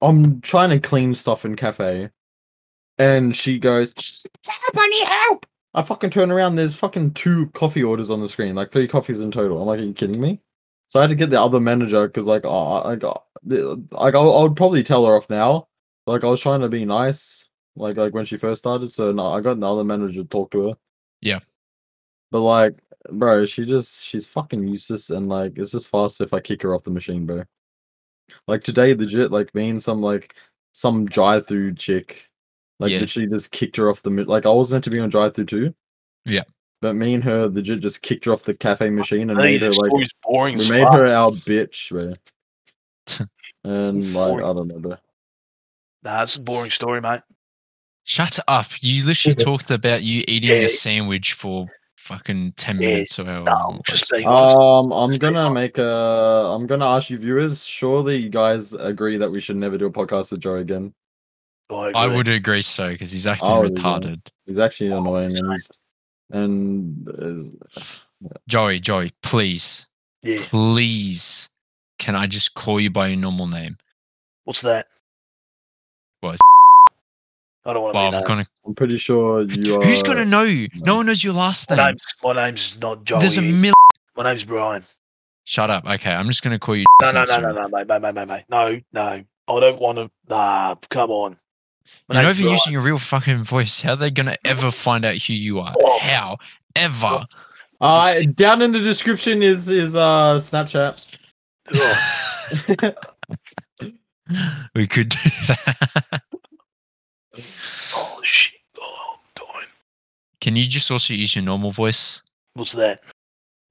I'm trying to clean stuff in cafe, and she goes, "Help, honey, help!" I fucking turn around. There's fucking two coffee orders on the screen, like three coffees in total. I'm like, are you kidding me? So I had to get the other manager because, like, oh, I got like I, I would probably tell her off now. Like I was trying to be nice, like like when she first started. So no, I got another manager to talk to her.
Yeah.
but like, bro, she just she's fucking useless, and like it's just faster if I kick her off the machine, bro. Like today, legit, like me and some like some drive through chick, like
Yeah.
literally just kicked her off the mi- like I was meant to be on drive through too.
Yeah.
but me and her legit just kicked her off the cafe machine and
Hey,
made her
this
like
story's boring.
we
as
made
fuck.
her our bitch, man. and like,
Sorry.
I don't know, bro.
Nah, it's a boring story, mate.
Shut up. You literally talked about you eating
Yeah.
a sandwich for fucking 10
Yeah.
minutes or however
No,
long it
just
was.
saying.
Um, I'm gonna make a. I'm gonna ask you, viewers. Surely you guys agree that we should never do a podcast with Joe again.
I
agree.
would agree so because he's acting
Oh, yeah.
retarded.
He's actually
Oh,
annoying, and he's, and is-
Joey, Joey, please,
Yeah.
please, can I just call you by your normal name?
What's that?
What?
I don't want to
Well,
be
I'm
that.
gonna.
I'm pretty sure you are.
Who's
Uh,
gonna know you?
no.
No one knows your last
My
name.
name's, my name's not Joey.
There's a million.
my name's Brian.
Shut up. Okay, I'm just gonna call you.
No, no,
since
no, no,
you-
no, mate, mate, mate, mate, mate. No, no. I don't want to. Nah, come on.
You
My
know,
name's
if you're
Brian.
using your real fucking voice, how are they gonna ever find out who you are?
Oh.
How? Ever?
Uh, down in the description is is uh Snapchat.
Oh,
we could do that.
oh, shit. Oh, I'm dying.
Can you just also use your normal voice?
What's that?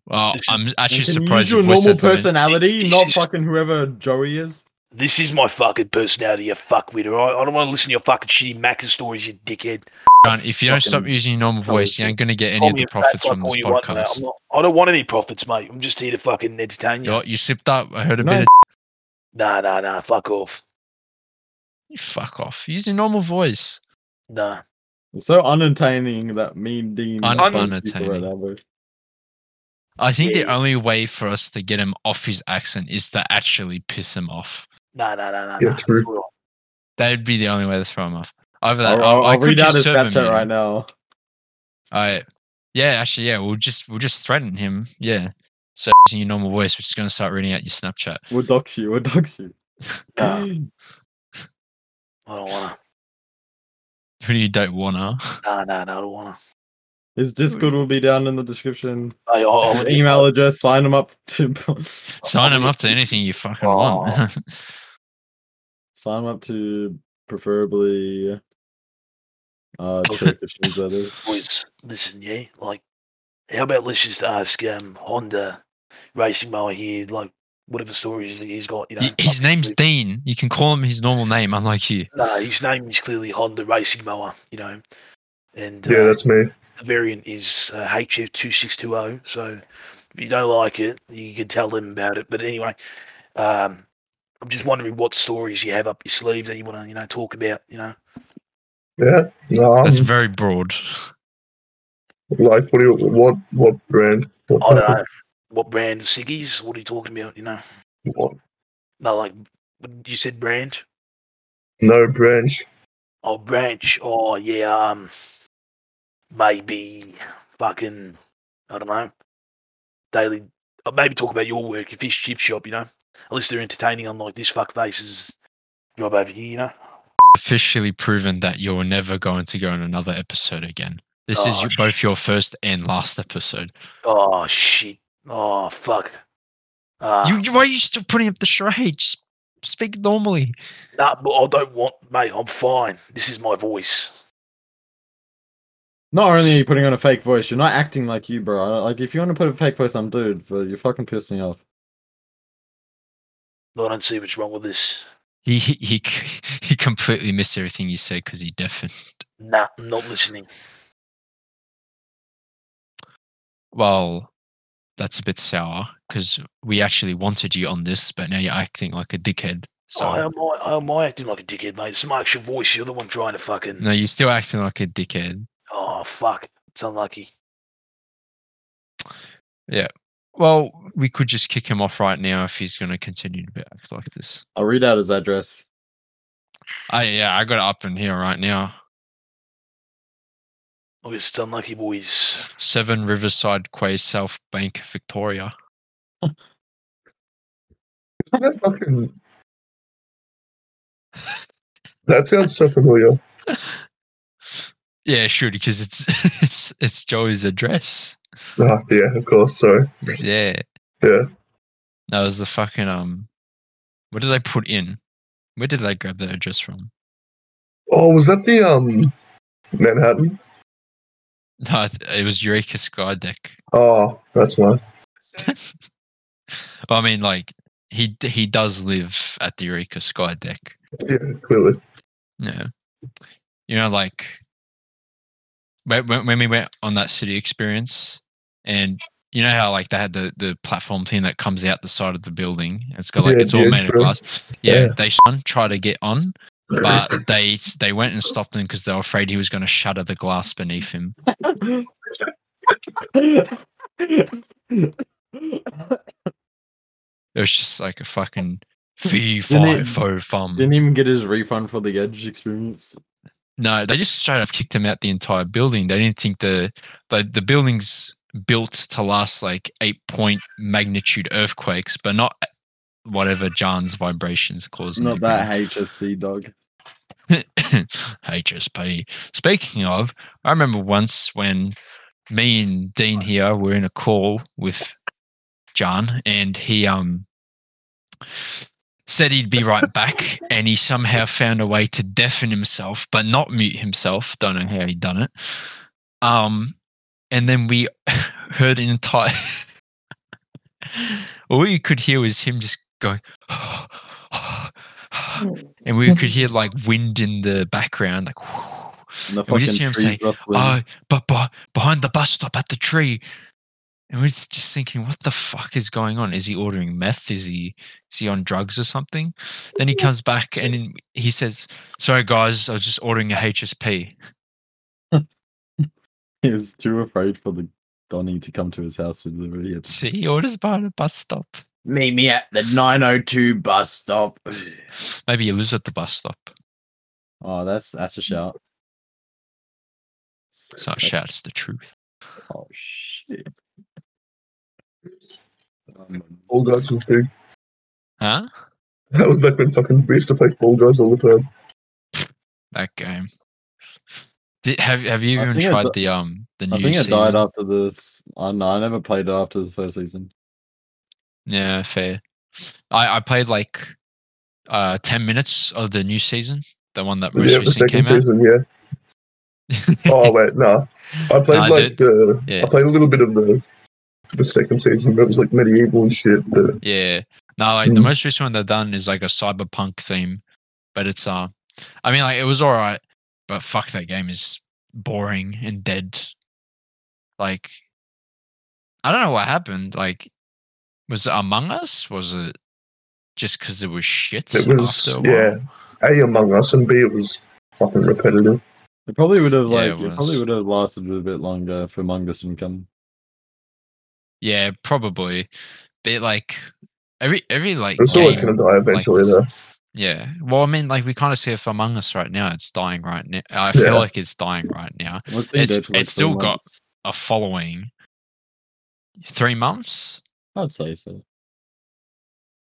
Well,
This is-
I'm actually
Can you
surprised
use your
voice
normal
hasn't been-
personality, not fucking whoever Joey is.
This is my fucking personality, you fuckwit, alright? I don't want to listen to your fucking shitty Macca stories, you dickhead.
John, if you don't stop using your normal voice, you ain't gonna get any
Call
of
me
the
a fat
profits
fuck
from
all
this
you want, mate.
podcast.
I'm not- I don't want any profits, mate. I'm just here to fucking entertain you.
You, you slipped up. I heard a
No.
bit of
Nah, nah, nah. Fuck off.
you fuck off. Use your normal voice.
Nah.
So unentertaining that mean Dean.
Un-
fucking people
unattaining.
now, bro.
I think the
Yeah.
only way for us to get him off his accent is to actually piss him off.
Nah, nah, nah, nah.
Yeah,
nah.
true.
It's all right.
That'd be the only way to throw him off. Either that,
I'll,
or
I'll,
I
I'll
could
read out
just
his
serve him.
Snapchat
Right
right now.
I, yeah, actually, yeah, we'll just we'll just threaten him. Yeah, so using your normal voice, we're just gonna start reading out your Snapchat.
We'll dox you. We'll dox you.
Nah. I don't wanna.
Who you don't wanna?
Nah, nah, nah. I don't wanna.
His Discord will be down in the description.
Hey, I, I,
Oh,
His email address. Sign him up to.
Sign him up to anything you fucking
Oh,
want.
Sign him up to preferably. Uh, Turkish newsletters.
boys, listen, yeah, like, how about let's just ask um Honda Racing Mower here, like, whatever stories that he's got, you know.
Y- his
fucking
name's
with-
Dean. You can call him his normal name, unlike you.
Nah, his name is clearly Honda Racing Mower, you know, and
Yeah,
uh,
that's me.
the variant is uh, HF2620. oh, So if you don't like it, you can tell them about it. But anyway, um, I'm just wondering what stories you have up your sleeve that you want to, you know, talk about, you know.
Yeah. No. I'm-
That's
Um,
very broad.
like, what do you? What? What brand? What?
I don't
type
know. What brand of ciggies? What are you talking about? You know,
of- what-
no, like what- you said, brand.
No branch.
Oh, branch. Oh, yeah. Um, maybe fucking. I don't know. Daily. uh, Maybe talk about your work, your fish chip shop. You know, at least they're entertaining. Unlike this fuckface's job over here. You know.
Officially proven that you're never going to go on another episode again. This is
Oh,
your, both your first and last episode.
Oh shit. Oh fuck. Uh,
You, you- why are you still putting up the charade? Just speak normally.
nah, but I don't want, mate. I'm fine. This is my voice.
Not only are you putting on a fake voice, you're not acting like you, bro. I don't- Like, if you want to put a fake voice on, dude, but you're fucking pissed me off.
I don't see what's wrong with this.
He he he, c- he completely missed everything you said because he deafened.
Nah, I'm not listening. Oh,
Well, that's a bit sour because we actually wanted you on this, but now you're acting like a dickhead. So
oh, how am I? How am I acting like a dickhead, mate? It's my actual voice. You're the one trying to fucking.
no, you're still acting like a dickhead.
Oh fuck. It's unlucky.
Well, we could just kick him off right now if he's going to continue to be- act like this.
I'll read out his address.
I yeah, I got it up in here right now.
I guess Oh, it's unlucky, boys.
Seven Riverside Quay, South Bank, Victoria.
Is that fucking? That sounds so familiar.
Yeah, sure, because it's it's it's Joey's address.
Ah, yeah, of course. Sorry.
Yeah.
Yeah.
That was the fucking um. What did I put in? Where did I grab that address from?
Oh, was that the um Manhattan?
No, I th- it was Eureka Sky Deck.
Oh, that's one.
I mean, like he d- he does live at the Eureka Sky Deck.
Yeah, clearly.
Yeah, you know, like when when when we went on that city experience, and you know how like they had the the platform thing that comes out the side of the building. and It's got like
Yeah,
it's all
the
made of
intro.
glass.
Yeah.
Yeah, they try to get on, but they they went and stopped him because they were afraid he was going to shatter the glass beneath him.
Didn't
It was just like a fucking fee fi
Didn't it-
fo fum.
even get his refund for the Edge experience.
No, they just straight up kicked him out the entire building. They didn't think the the, the building's built to last like eight point magnitude earthquakes, but not whatever John's vibrations cause. in the
Not that HSP dog.
HSP. Speaking of, I remember once when me and Dean here were in a call with John, and he um said he'd be right back, and he somehow found a way to deafen himself, but not mute himself. Don't know how he done it. Um, and then we heard an entire. All you could hear was him just going. and we could hear like wind in the background, like
And the
We just hear him
trees
say,
rustling.
Oh, but by, behind the bus stop at the tree. And we're just just thinking, what the fuck is going on? Is he ordering meth? Is he is he on drugs or something? Then he comes back and in- he says, "Sorry guys, I was just ordering a HSP."
He was too afraid for the Donny to come to his house to deliver it.
See, he orders behind a bus stop.
Meet me at the 902 bus stop.
Maybe you lose at the bus stop.
Oh, that's that's a
Mm.
shout.
It's not a shout, it's the truth.
Oh shit. Um,
Fall Guys was big.
Huh?
That was back when fucking we used to play Fall Guys all the time.
That game. Did, have Have you
I
even
think I
tried
di-
the um the new
I think it
season?
died after the. s- I don't know. I never played it after the first season.
Yeah, fair. I, I played like uh ten minutes of the new season, the one that
Did
most
you have the
recently
second
came
season? Yeah.
out.
Oh wait, no. I played
Nah, I
like
did.
the.
Yeah.
I played a little bit of the. The second season, but it was like medieval and shit. But
yeah. No, like the
Mm.
most recent one they've done is like a cyberpunk theme, but it's uh, I mean like it was all right, but fuck that game is boring and dead. Like, I don't know what happened. Like, was it Among Us? Was it just because it was shit?
It was-
after a while?
yeah. A Among Us and B it was fucking repetitive.
It probably would have
Yeah,
like.
it
it, probably
was.
would have lasted a bit longer if Among Us didn't come.
Yeah, probably. But like every every like
It's always gonna
game
die
like
eventually,
this-
though.
Yeah. Well, I mean, like we kind of see if Among Us right now, it's dying right now. I
Yeah.
feel like it's dying right now.
Well, been
It's-
dead for, like,
it's
three
still got-
months.
A following three months.
I'd say so.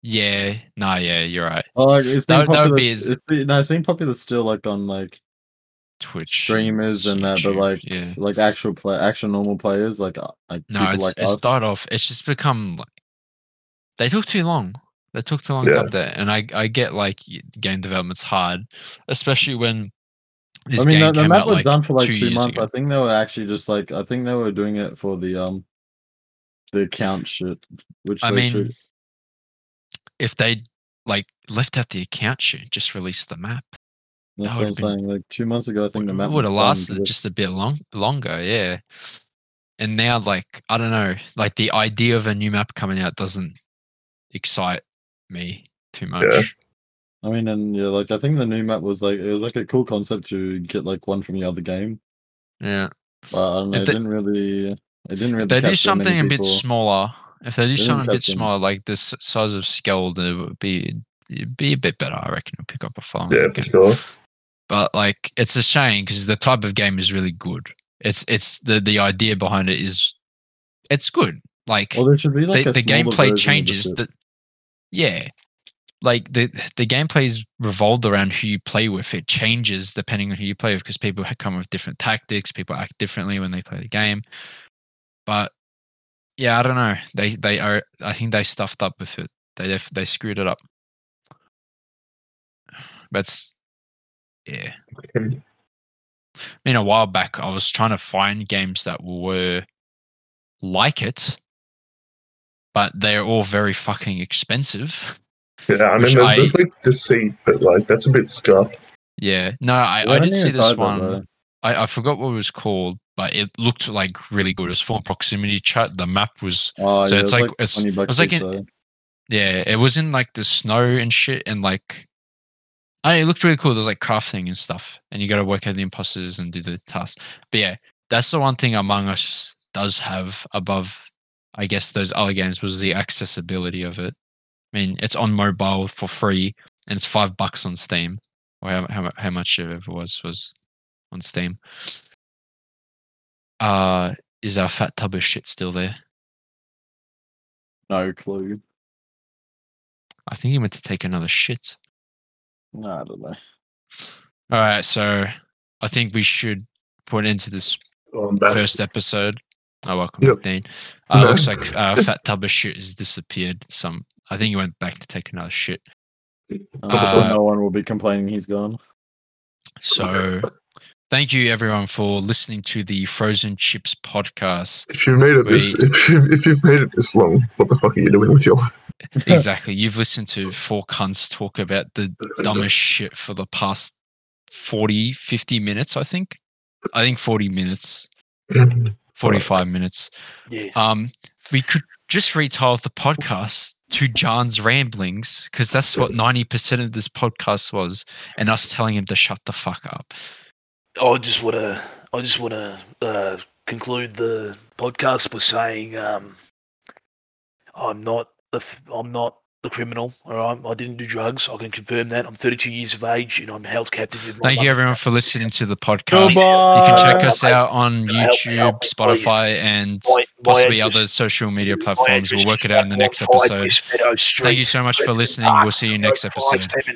Yeah. Nah. Yeah. You're right.
Oh, like, it's been
That- that would
popular.
be
s-
his-
it's been- no, it's been popular still, like on like
Twitch
streamers and that, but
YouTube,
like
yeah.
like actual play, actual normal players, like uh, like
No,
people
it's
like
it's
us.
started off. It's just become like they took too long. They took too long
Yeah.
to update, and I I get like y- game development's hard, especially when this
I mean,
game
the, the
came
map
out
was
like
done for like
two
two
years
months.
ago.
I think they were actually just like I think they were doing it for the um the account shit, which
I
they
mean,
should-
if they like left out the account shit, just released the map, that
that's what I'm
would've been-
saying. Like two months ago, I think the
it
map
would have
was done
lasted
because-
just a bit long longer. Yeah, and now like I don't know, like the idea of a new map coming out doesn't excite me too much.
I mean, and yeah, like I think the new map was like it was like a cool concept to get like one from the other game,
Yeah,
but I don't know,
If
it
they-
didn't really, it didn't really.
if they do
capture many
something a bit
people.
smaller, if they do
Didn't
something a bit
capture me.
smaller, like this size of scale, it would be it'd be a bit better. I reckon. Pick up a phone.
Yeah, for sure.
but like it's a shame because the type of game is really good. It's it's the the idea behind it is it's good. Like
Well, there should be like
the,
a
the
smaller version
gameplay
of
changes.
shit.
The, yeah, like the the gameplay is revolved around who you play with. It changes depending on who you play with because people ha- come with different tactics. People act differently when they play the game. But yeah, I don't know. They they are. I think they stuffed up with it. They def- they screwed it up. That's yeah.
Okay.
I mean, a while back, I was trying to find games that were like it, but they're all very fucking expensive.
Yeah, I mean,
Which
there's,
I-
there's like deceit, but like that's a bit scuffed.
Yeah. No, I,
Yeah,
I did
need
see
a
this
title,
one.
bro.
I, I forgot what it was called, but it looked like really good. It's for proximity chat. The map was,
Oh,
So
yeah,
it's
it was
like- it's-
20 bucks
it's like
each,
an-
though.
yeah, it was in like the snow and shit. And like, I don't know, it looked really cool. There's like crafting and stuff. And you got to work out the imposters and do the tasks. But yeah, that's the one thing Among Us does have above, I guess, those other games was the accessibility of it. I mean, it's on mobile for free, and it's five bucks on Steam, or how how, mu- how much it ever was was on Steam. Uh, is our fat tub of shit still there?
No clue.
I think he meant to take another shit.
No, I don't know.
All right, so I think we should put an end to this
Oh, I'm back.
first episode. Oh, welcome,
Yep.
Dean. Uh,
No.
Looks like uh, fat tub of shit has disappeared. Some, I think he went back to take another shit.
I'm
Uh,
sure no one will be complaining he's gone.
So, thank you everyone for listening to the Frozen Chips podcast.
If you've made it this,
we-
if you if you've made it this long, what the fuck are you doing with your? life?
Exactly. You've listened to four cunts talk about the dumbest shit for the past 40, 50 minutes, I think. I think 40 minutes,
Mm.
45 minutes.
Yeah.
Um, we could just retitle the podcast to John's ramblings because that's what 90% of this podcast was and us telling him to shut the fuck up.
I just want to I just want to uh, conclude the podcast by saying um, I'm not the f- I'm not the criminal. All right, I didn't do drugs. I can confirm that. I'm 32 years of age and I'm held captive. In my
Thank you
mother's
everyone
house.
for listening to the podcast.
Goodbye.
You can check us out on
Help me, help
YouTube,
me, please.
Spotify, and
My- my
possibly
address-
other social media
my
platforms. We'll
address
work
is
it out in the next
115
episode.
West Meadow Street,
Thank you so much for
Preston
listening.
Park,
We'll see you next episode.
057.